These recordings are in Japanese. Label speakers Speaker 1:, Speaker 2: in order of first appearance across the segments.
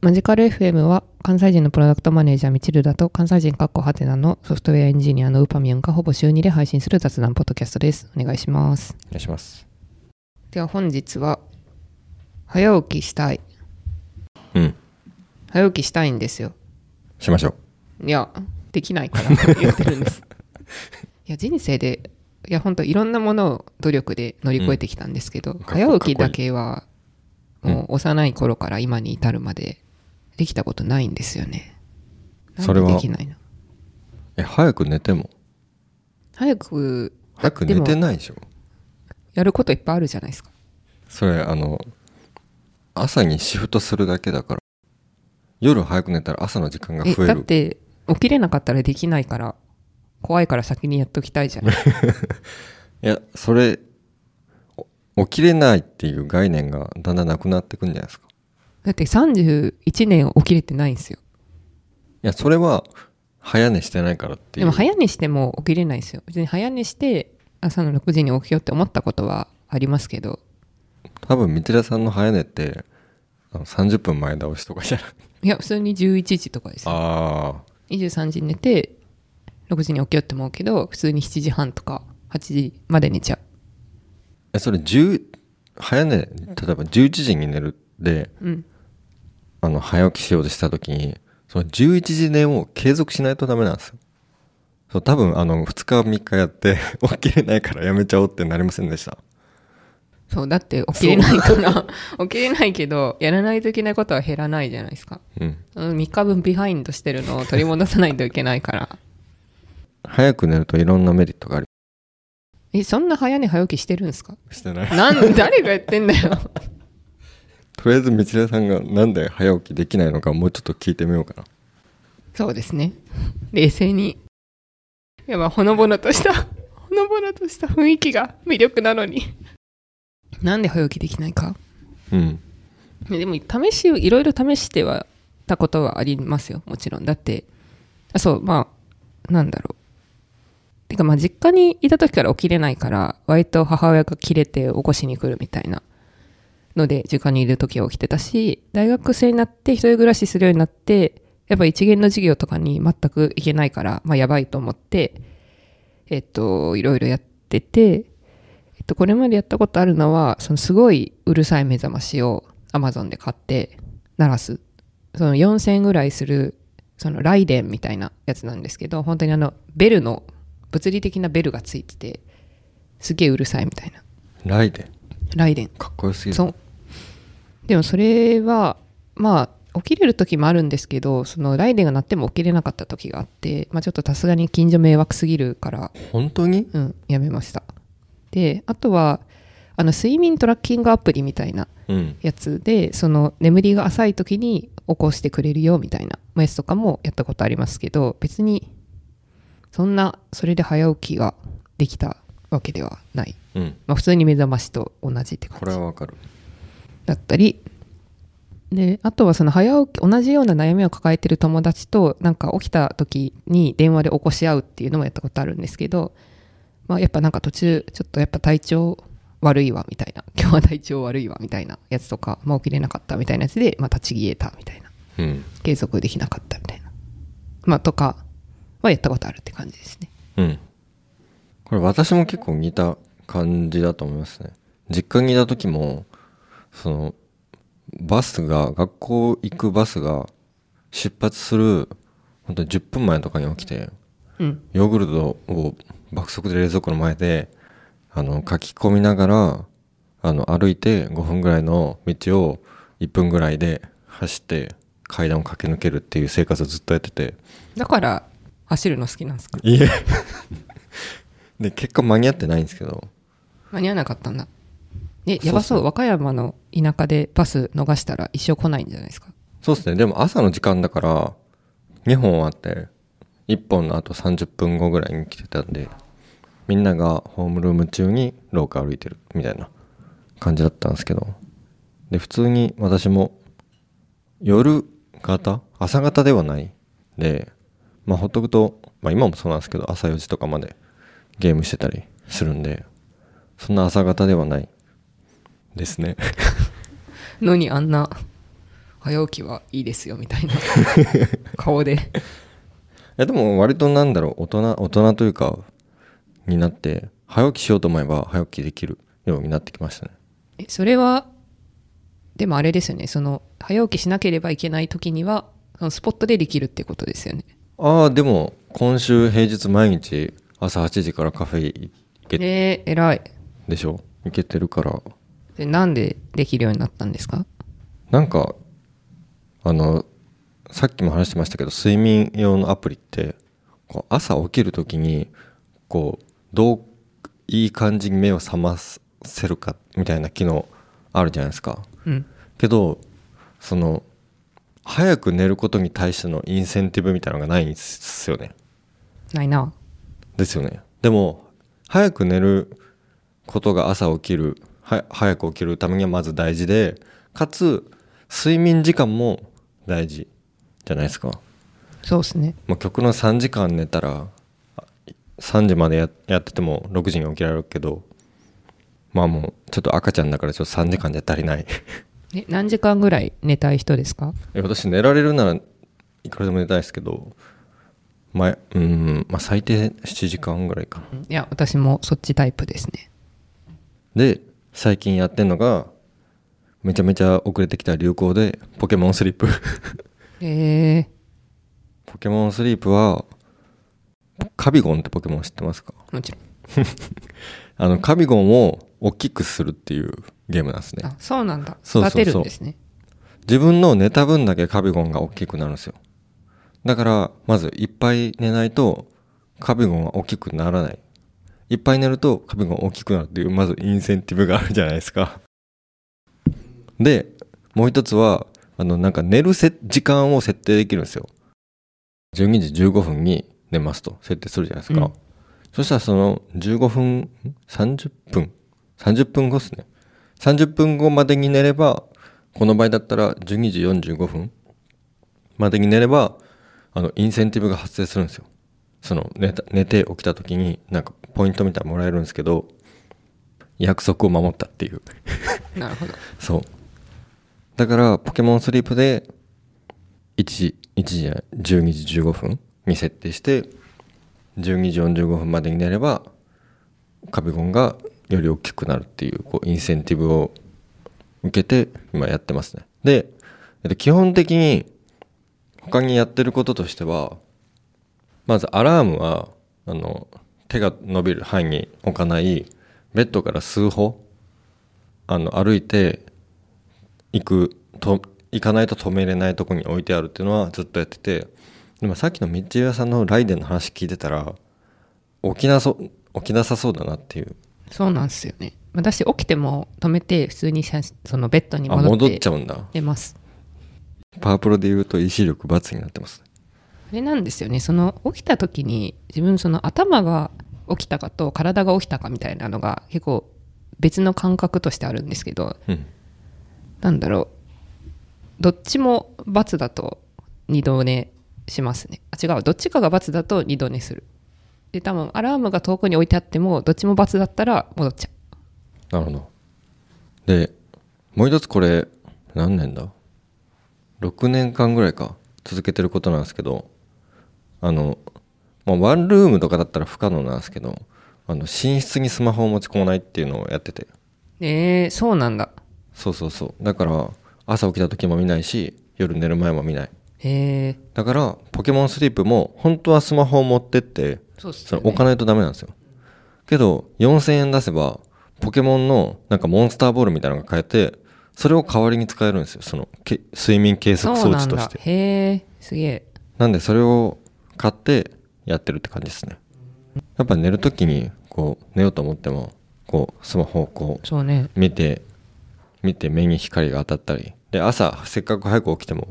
Speaker 1: マジカル FM は関西人のプロダクトマネージャーミチルダと関西人カッコハテナのソフトウェアエンジニアのウパミュンがほぼ週2で配信する雑談ポッドキャストです。お願いします。
Speaker 2: お願いします
Speaker 1: では本日は早起きしたい。
Speaker 2: うん
Speaker 1: 早起きしたいんですよ。
Speaker 2: しましょう
Speaker 1: いや、できないからって言ってるんです。いや、人生で、いや、本当いろんなものを努力で乗り越えてきたんですけど、
Speaker 2: かっこ
Speaker 1: 早起きだけは、
Speaker 2: かっこいい
Speaker 1: もう幼い頃から今に至るまで、できたことないんですよね。なんで
Speaker 2: それは
Speaker 1: できないの
Speaker 2: え早く寝ても
Speaker 1: 早く、
Speaker 2: 早く寝て
Speaker 1: でも
Speaker 2: ないでしょ
Speaker 1: やることいっぱいあるじゃないですか。
Speaker 2: それあの朝にシフトするだけだから夜早く寝たら朝の時間が
Speaker 1: え、
Speaker 2: 増
Speaker 1: だ
Speaker 2: え
Speaker 1: っ
Speaker 2: る
Speaker 1: て、起きれなかったらできないから、怖いから先にやっときたいじゃ ん。
Speaker 2: いやそれお起きれないっていう概念がだんだんなくなってくんじゃないですか
Speaker 1: だって31年起きれてないんですよ。
Speaker 2: いやそれは早寝してないからってい
Speaker 1: で
Speaker 2: う
Speaker 1: も早寝しても起きれないですよ別に早寝して朝の6時に起きようって思ったことはありますけど
Speaker 2: 多分道田さんの早寝ってあの30分前倒しとかじゃない
Speaker 1: いや普通に11時とかですよ
Speaker 2: ああ
Speaker 1: 23時に寝て6時に起きようって思うけど普通に7時半とか8時まで寝ちゃ
Speaker 2: えそれ10早寝例えば11時に寝るで
Speaker 1: ううん
Speaker 2: あの早起きしようとした時にその11時寝を継続しないとダメなんですよそう多分あの2日3日やって 起きれないからやめちゃおうってなりませんでした
Speaker 1: そうだって起きれないから 起きれないけどやらないといけないことは減らないじゃないですか
Speaker 2: うん
Speaker 1: 3日分ビハインドしてるのを取り戻さないといけないから
Speaker 2: 早く寝るといろんなメリットがあり
Speaker 1: えそんな早寝早起きしてるんですか
Speaker 2: してない
Speaker 1: なん誰がやってんだよ
Speaker 2: とりあえず道枝さんがなんで早起きできないのかもうちょっと聞いてみようかな
Speaker 1: そうですね。冷静に。いや、まあ、ほのぼのとした、 ほのぼのとした雰囲気が魅力なのに。なんで早起きできないか
Speaker 2: うん
Speaker 1: ねでも、試しを、いろいろ試してはたことはありますよ。もちろん。だって、あ、そう、まあ、なんだろう。てか、まあ、実家にいた時から起きれないから、割と母親が切れて起こしに来るみたいな。ので、実家にいる時は起きてたし、大学生になって一人暮らしするようになって、やっぱ一元の授業とかに全く行けないから、まあやばいと思って、えっと、いろいろやってて、えっと、これまでやったことあるのは、そのすごいうるさい目覚ましを Amazon で買って鳴らす。その4000円ぐらいする、そのライデンみたいなやつなんですけど、本当にあの、ベルの、物理的なベルがついてて、すげえうるさいみたいな。
Speaker 2: ライデン
Speaker 1: ライデン。
Speaker 2: かっこよすぎる
Speaker 1: そうでもそれはまあ起きれる時もあるんですけどそのライデンが鳴っても起きれなかった時があって、まあ、ちょっとさすがに近所迷惑すぎるから、
Speaker 2: 本当に
Speaker 1: うん、やめましたであとはあの睡眠トラッキングアプリみたいな
Speaker 2: うん
Speaker 1: やつでその眠りが浅い時に起こしてくれるよみたいなやつとかもやったことありますけど別にそんなそれで早起きができたわけではない、
Speaker 2: うん
Speaker 1: まあ、普通に目覚ましと同じって感じ
Speaker 2: これはわかる
Speaker 1: だったりであとはその早起き同じような悩みを抱えてる友達となんか起きた時に電話で起こし合うっていうのもやったことあるんですけど、まあ、やっぱなんか途中ちょっとやっぱ体調悪いわみたいな今日は体調悪いわみたいなやつとか、まあ、起きれなかったみたいなやつで、まあ、立ち消えたみたいな
Speaker 2: うん
Speaker 1: 継続できなかったみたいな、まあ、とかはやったことあるって感じですね
Speaker 2: うん。これ私も結構似た感じだと思いますね。実家にいた時も、その、バスが、学校行くバスが出発する、本当に10分前とかに起きて、
Speaker 1: うん
Speaker 2: ヨーグルトを爆速で冷蔵庫の前で、あの、書き込みながら、あの、歩いて5分ぐらいの道を1分ぐらいで走って階段を駆け抜けるっていう生活をずっとやってて、
Speaker 1: だから走るの好きなんですか
Speaker 2: いえ。 で、結果間に合ってないんですけど。
Speaker 1: 間に合わなかったんだえ
Speaker 2: そうそう
Speaker 1: やばそう和歌山の田舎でバス逃したら一生来ないんじゃないですか
Speaker 2: そうですね。でも朝の時間だから、2本あって、1本の後30分後ぐらいに来てたんで、みんながホームルーム中に廊下歩いてるみたいな感じだったんですけど。で、普通に私も、夜型朝型ではない。で、まあほっとくと、まあ今もそうなんですけど、朝4時とかまでゲームしてたりするんで、そんな朝型ではないですね。
Speaker 1: のにあんな早起きはいいですよみた いな顔で
Speaker 2: やでも割となんだろう大人大人というかになって早起きしようと思えば早起きできるようになってきましたね
Speaker 1: えそれはでもあれですよねその早起きしなければいけない時にはそのスポットでできるってことですよね
Speaker 2: ああでも今週平日毎日朝8時からカフェ行け
Speaker 1: えー、偉い
Speaker 2: でしょ行けてるから
Speaker 1: でなんでできるようになったんですか
Speaker 2: なんかあのさっきも話してましたけど睡眠用のアプリってこう朝起きる時にこうどういい感じに目を覚ませるかみたいな機能あるじゃないですか
Speaker 1: うん
Speaker 2: けどその早く寝ることに対してのインセンティブみたいなのがないんですよね
Speaker 1: ないな
Speaker 2: ですよねでも早く寝ることが朝起きるは早く起きるためにはまず大事でかつ睡眠時間も大事じゃないですか
Speaker 1: そうですね
Speaker 2: もう極の3時間寝たらあ3時までややってても6時に起きられるけどまあもうちょっと赤ちゃんだからちょっと3時間じゃ足りない
Speaker 1: え何時間ぐらい寝たい人ですか
Speaker 2: え私寝られるならいくらでも寝たいですけどまあうんまあ最低7時間ぐらいかない
Speaker 1: や私もそっちタイプですね
Speaker 2: で最近やってんのがめちゃめちゃ遅れてきた流行でポケモンスリープ
Speaker 1: えー
Speaker 2: ポケモンスリープはカビゴンってポケモン知ってますか
Speaker 1: もちろん
Speaker 2: あのカビゴンを大きくするっていうゲームなんですね
Speaker 1: あそうなんだ
Speaker 2: そうそ
Speaker 1: 育
Speaker 2: うそう
Speaker 1: てるんですね
Speaker 2: 自分の寝た分だけカビゴンが大きくなるんですよだからまずいっぱい寝ないとカビゴンは大きくならないいっぱい寝るとカビゴン大きくなるっていうまずインセンティブがあるじゃないですかでもう一つはあのなんか寝るせ時間を設定できるんですよ12時15分に寝ますと設定するじゃないですか、
Speaker 1: うん
Speaker 2: そしたらその15分ん30分30分後ですね30分後までに寝ればこの場合だったら12時45分までに寝ればあのインセンティブが発生するんですよその寝た寝て起きた時になんかポイントみたいなのもらえるんですけど約束を守ったっていう
Speaker 1: なるほど
Speaker 2: そうだからポケモンスリープで1時1時じゃない12時15分に設定して12時45分までになればカビゴンがより大きくなるっていうこうインセンティブを受けて今やってますねで、えっと、基本的に他にやってることとしてはまずアラームはあの手が伸びる範囲に置かないベッドから数歩あの歩いて行くと行かないと止めれないとこに置いてあるっていうのはずっとやっててでもさっきの道枝さんのライデンの話聞いてたら起きなそ起きなさそうだなっていう
Speaker 1: そうなんですよね私起きても止めて普通に写真そのベッドに
Speaker 2: あ
Speaker 1: 戻
Speaker 2: 戻
Speaker 1: っ
Speaker 2: ってちゃうんだ
Speaker 1: 出ます
Speaker 2: パワープロで言うと意志力×になってます
Speaker 1: あれなんですよねその起きた時に自分その頭が起きたかと体が起きたかみたいなのが結構別の感覚としてあるんですけど
Speaker 2: うん
Speaker 1: なんだろうどっちも罰だと二度寝しますねあ違うどっちかが罰だと二度寝するで多分アラームが遠くに置いてあってもどっちも罰だったら戻っちゃ
Speaker 2: なるほどでもう一つこれ何年だ6年間ぐらいか続けてることなんですけどあの、まあ、ワンルームとかだったら不可能なんですけどあの寝室にスマホを持ち込まないっていうのをやってて
Speaker 1: うえー、そうなんだ
Speaker 2: そうそうそうだから朝起きた時も見ないし夜寝る前も見ない
Speaker 1: へえ
Speaker 2: だからポケモンスリープも本当はスマホを持ってって
Speaker 1: そうっす
Speaker 2: そ
Speaker 1: よ
Speaker 2: れ
Speaker 1: ね
Speaker 2: 置かないとダメなんですよけど4000円出せばポケモンのなんかモンスターボールみたいなのが買えてそれを代わりに使えるんですよそのけ睡眠計測装置
Speaker 1: そう
Speaker 2: として
Speaker 1: なんだへえすげえ
Speaker 2: なんでそれを買ってやってるって感じですねやっぱ寝る時にこう寝ようと思ってもこうスマホをこう
Speaker 1: そうね
Speaker 2: 見て見て目に光が当たったりで朝せっかく早く起きても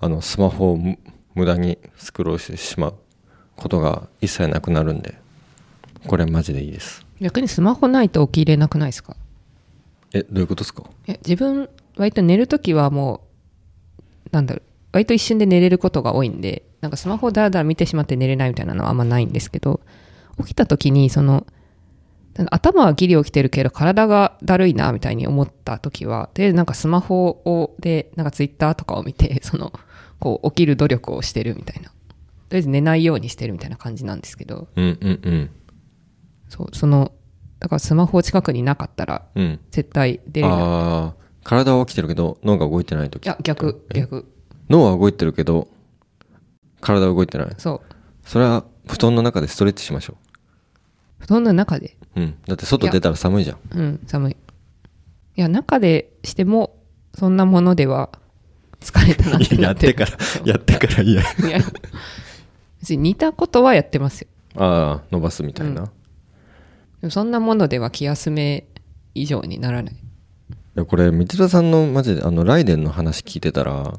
Speaker 2: あのスマホをむ無駄にスクロールしてしまうことが一切なくなるんでこれマジでいいです
Speaker 1: 逆にスマホないと起きれなくないですか
Speaker 2: えどういうことですか
Speaker 1: いや自分割と寝るときはもうなんだろう割と一瞬で寝れることが多いんでなんかスマホをだらだら見てしまって寝れないみたいなのはあんまないんですけど起きたときにその頭はギリ起きてるけど体がだるいなみたいに思った時はでなんかスマホをでなんかツイッターとかを見て そのこう起きる努力をしてるみたいなとりあえず寝ないようにしてるみたいな感じなんですけど
Speaker 2: うんうんうん
Speaker 1: そうそのだからスマホ近くになかったら
Speaker 2: うん
Speaker 1: 絶対出るな
Speaker 2: ああ体は起きてるけど脳が動いてない時
Speaker 1: いや逆逆
Speaker 2: 脳は動いてるけど体は動いてない
Speaker 1: そう
Speaker 2: それは布団の中でストレッチしましょ
Speaker 1: 布団の中で
Speaker 2: ううんだって外出たら寒いじゃん
Speaker 1: うん寒いいや中でしてもそんなものでは疲れたなってなってるそう
Speaker 2: ってからいや
Speaker 1: いや別に似たことはやってますよ
Speaker 2: ああ伸ばすみたいな、
Speaker 1: うん
Speaker 2: い
Speaker 1: でもそんなものでは気休め以上にならない
Speaker 2: やこれ道田さんのマジであのライデンの話聞いてたら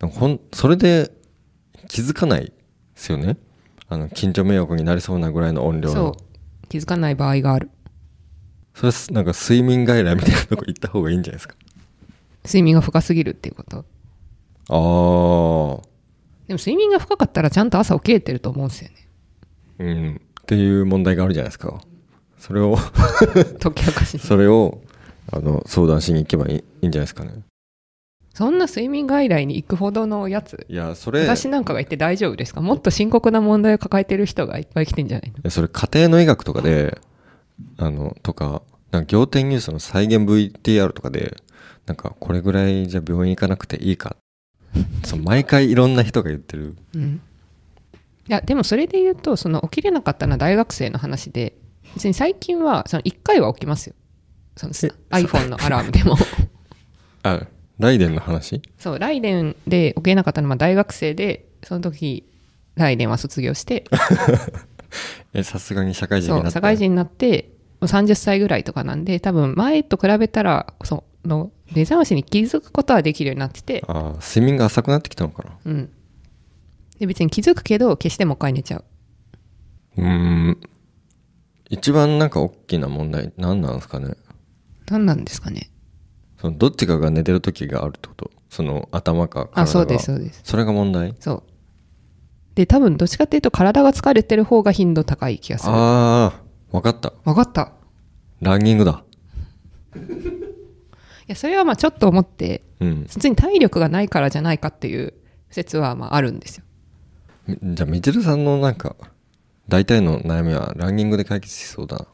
Speaker 2: なんかほんそれで気づかないですよねあの近所迷惑になりそうなぐらいの音量の
Speaker 1: そう気づかない場合がある
Speaker 2: それすなんか睡眠外来みたいなとこ行った方がいいんじゃないですか
Speaker 1: 睡眠が深すぎるっていうこと
Speaker 2: ああ
Speaker 1: でも睡眠が深かったらちゃんと朝起きれてると思うんですよ ね
Speaker 2: うんっていう問題があるじゃないですかそれを
Speaker 1: 解き明かしに
Speaker 2: それをあの相談しに行けばいいいいんじゃないですかね
Speaker 1: そんな睡眠外来に行くほどのやつ
Speaker 2: いやそれ
Speaker 1: 私なんかが言って大丈夫ですかもっと深刻な問題を抱えてる人がいっぱい来てんじゃないの
Speaker 2: でそれ家庭の医学とかであのとかなんか仰天ニュースの再現 VTR とかでなんかこれぐらいじゃ病院行かなくていいかそう毎回いろんな人が言ってる
Speaker 1: うんいやでもそれで言うとその起きれなかったのは大学生の話で別に最近はその1回は起きますよその
Speaker 2: え
Speaker 1: iPhone のアラームでも
Speaker 2: あライデンの話
Speaker 1: そうライデンで起きれなかったのは大学生でその時ライデンは卒業して
Speaker 2: えさすがに社会人
Speaker 1: そう
Speaker 2: になった
Speaker 1: 社会人になってもう30歳ぐらいとかなんで多分前と比べたらその目覚ましに気づくことはできるようになってて、
Speaker 2: あー睡眠が浅くなってきたのかな
Speaker 1: うん、で別に気づくけど決してもう一回寝ちゃう
Speaker 2: うーん一番なんか大きな問題何なんですかね
Speaker 1: 何なんですかね
Speaker 2: そのどっちかが寝てる時があるってことその頭か体が
Speaker 1: あそうですそうです
Speaker 2: それが問題
Speaker 1: そうで多分どっちかっていうと体が疲れてる方が頻度高い気がする
Speaker 2: ああ分かった
Speaker 1: 分かった
Speaker 2: ランニングだ
Speaker 1: いやそれはまあちょっと思って
Speaker 2: うん
Speaker 1: 別に体力がないからじゃないかっていう説はまああるんですよ
Speaker 2: みじゃあみちるさんのなんか大体の悩みはランニングで解決しそうだな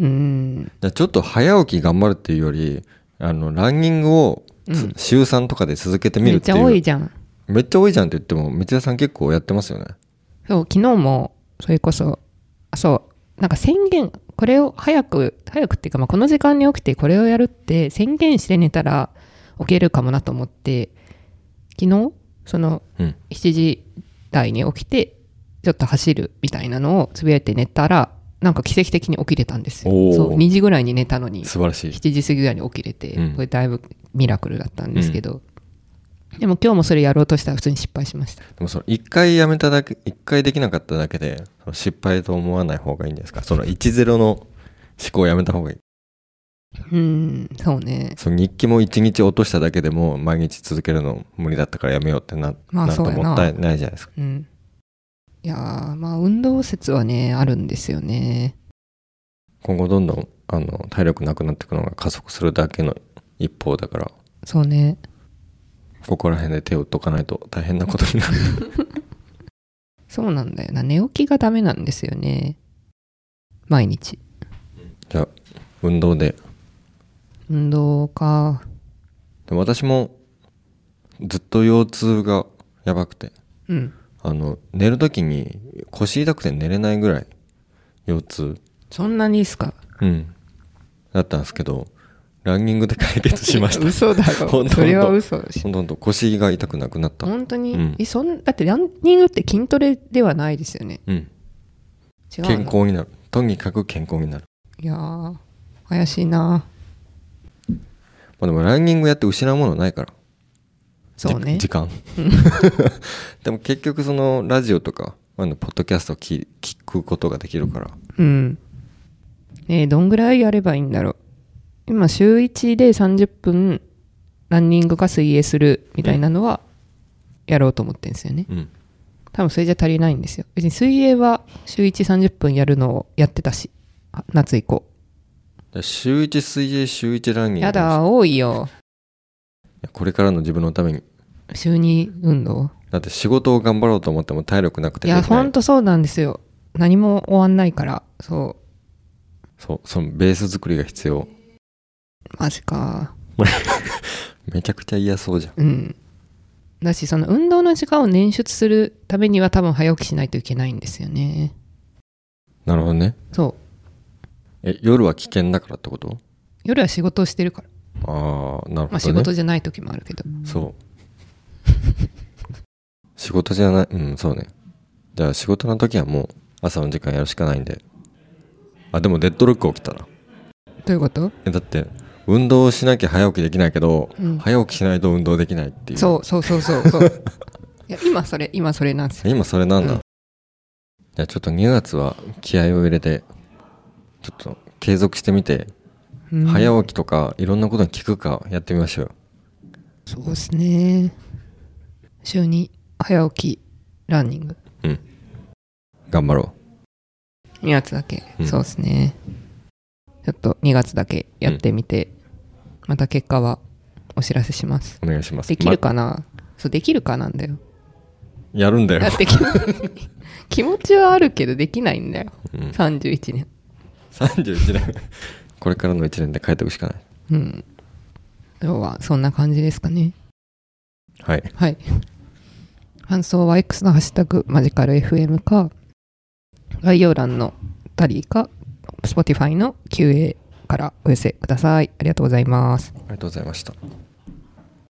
Speaker 1: うーん
Speaker 2: じゃあちょっと早起き頑張るっていうよりあのランニングをつ、
Speaker 1: うん
Speaker 2: 週3とかで続けてみ
Speaker 1: め
Speaker 2: る
Speaker 1: っ
Speaker 2: って
Speaker 1: ち
Speaker 2: い
Speaker 1: ゃ
Speaker 2: う
Speaker 1: 多いじゃん
Speaker 2: めっちゃ多いじゃんって言ってもみちるさん結構やってますよね
Speaker 1: そう昨日もそれこそあそうなんか宣言これを早く早くっていうか、まあ、この時間に起きてこれをやるって宣言して寝たら起きるかもなと思って昨日その
Speaker 2: うん
Speaker 1: 7時台に起きてちょっと走るみたいなのをつぶやいて寝たらなんか奇跡的に起きれたんです
Speaker 2: お
Speaker 1: よ
Speaker 2: ー
Speaker 1: そう2時ぐらいに寝たのに
Speaker 2: 素晴らしい
Speaker 1: 7時過ぎぐらいに起きれて、
Speaker 2: うん
Speaker 1: これだいぶミラクルだったんですけど、でも今日もそれやろうとしたら普通に失敗しました
Speaker 2: でもその1回やめただけ1回できなかっただけでその失敗と思わない方がいいんじゃないですかその10の思考をやめた方がいい
Speaker 1: うんそうね
Speaker 2: その日記も1日落としただけでも毎日続けるの無理だったからやめようってな,、
Speaker 1: まあ
Speaker 2: なん
Speaker 1: そ
Speaker 2: か
Speaker 1: うやな
Speaker 2: もったいないじゃないですか
Speaker 1: うんいやーまあ運動説はねあるんですよね
Speaker 2: 今後どんどんあの体力なくなっていくのが加速するだけの一方だから
Speaker 1: そうね
Speaker 2: ここら辺で手を打っとかないと大変なことになる
Speaker 1: そうなんだよな寝起きがダメなんですよね毎日
Speaker 2: じゃあ運動で
Speaker 1: 運動か
Speaker 2: でも私もずっと腰痛がやばくて
Speaker 1: うん
Speaker 2: あの寝る時に腰痛くて寝れないぐらい腰痛
Speaker 1: そんなにですか
Speaker 2: うんだったんですけどランニングで解決し ました
Speaker 1: 嘘だ
Speaker 2: ほ
Speaker 1: ろ
Speaker 2: んと
Speaker 1: それは嘘
Speaker 2: ほんとほんと腰が痛くなくなった
Speaker 1: 本当に、
Speaker 2: うん
Speaker 1: えそんだってランニングって筋トレではないですよね
Speaker 2: うん
Speaker 1: 違うの
Speaker 2: 健康になるとにかく健康になる
Speaker 1: いやー怪しいな
Speaker 2: まあでもランニングやって失うものないから
Speaker 1: そうね
Speaker 2: じ 時間でも結局そのラジオとかあのポッドキャストを聞聞くことができるから
Speaker 1: うんねえどんぐらいやればいいんだろう今週1で30分ランニングか水泳するみたいなのはやろうと思ってるんですよね
Speaker 2: うん
Speaker 1: 多分それじゃ足りないんですよ別に水泳は週130分やるのをやってたしあ夏行こ
Speaker 2: じゃあ週1水泳週1ラン
Speaker 1: う
Speaker 2: ニング
Speaker 1: やだ多いよ
Speaker 2: いやこれからの自分のために
Speaker 1: 週に運動
Speaker 2: だって仕事を頑張ろうと思っても体力なく
Speaker 1: い
Speaker 2: てでき
Speaker 1: や
Speaker 2: な
Speaker 1: ほ
Speaker 2: い
Speaker 1: んとそうなんですよ何も終わんないからそ
Speaker 2: そうそのベース作りが必要
Speaker 1: うマジか
Speaker 2: めちゃくちゃ嫌そうじゃん
Speaker 1: うんだしその運動の時間を捻出するためには多分早起きしないといけないんですよね
Speaker 2: なるほどね
Speaker 1: そう
Speaker 2: え夜は危険だからってこと
Speaker 1: 夜は仕事をしてるから、
Speaker 2: ああ
Speaker 1: ま
Speaker 2: なる
Speaker 1: あ、
Speaker 2: ほ
Speaker 1: 仕
Speaker 2: どね
Speaker 1: 事じゃない時もあるけど、
Speaker 2: そう仕事じゃないうんそうねじゃあ仕事の時はもう朝の時間やるしかないんであでもデッドロック起きたな
Speaker 1: どういうこと
Speaker 2: えだって運動しなきゃ早起きできないけど、
Speaker 1: うん
Speaker 2: 早起きしないと運動できないっていう
Speaker 1: そうそうそうそうそういや今それ今それなんですよ
Speaker 2: 今それなんだ、
Speaker 1: うん
Speaker 2: じゃあちょっと2月は気合を入れてちょっと継続してみて、
Speaker 1: うん
Speaker 2: 早起きとかいろんなことに効くかやってみましょう
Speaker 1: そうですね週に早起きランニング
Speaker 2: 頑張ろ
Speaker 1: 2月だけ、
Speaker 2: うん
Speaker 1: そうですねちょっと2月だけやってみて、また結果はお知らせします
Speaker 2: うお願いします
Speaker 1: できる
Speaker 2: ま
Speaker 1: かな、そうできるかなんだよ
Speaker 2: やるんだ よ
Speaker 1: だって気持気持ちはあるけどできないんだよ
Speaker 2: うん
Speaker 1: 31年
Speaker 2: 31年これからの1年で変えていくしかない
Speaker 1: うん今日はそんな感じですかね
Speaker 2: はい
Speaker 1: はい。感想は X のハッシュタグマジカル FM か、概要欄のタリーか、Spotify の QA からお寄せください。ありがとうございます。
Speaker 2: ありがとうございました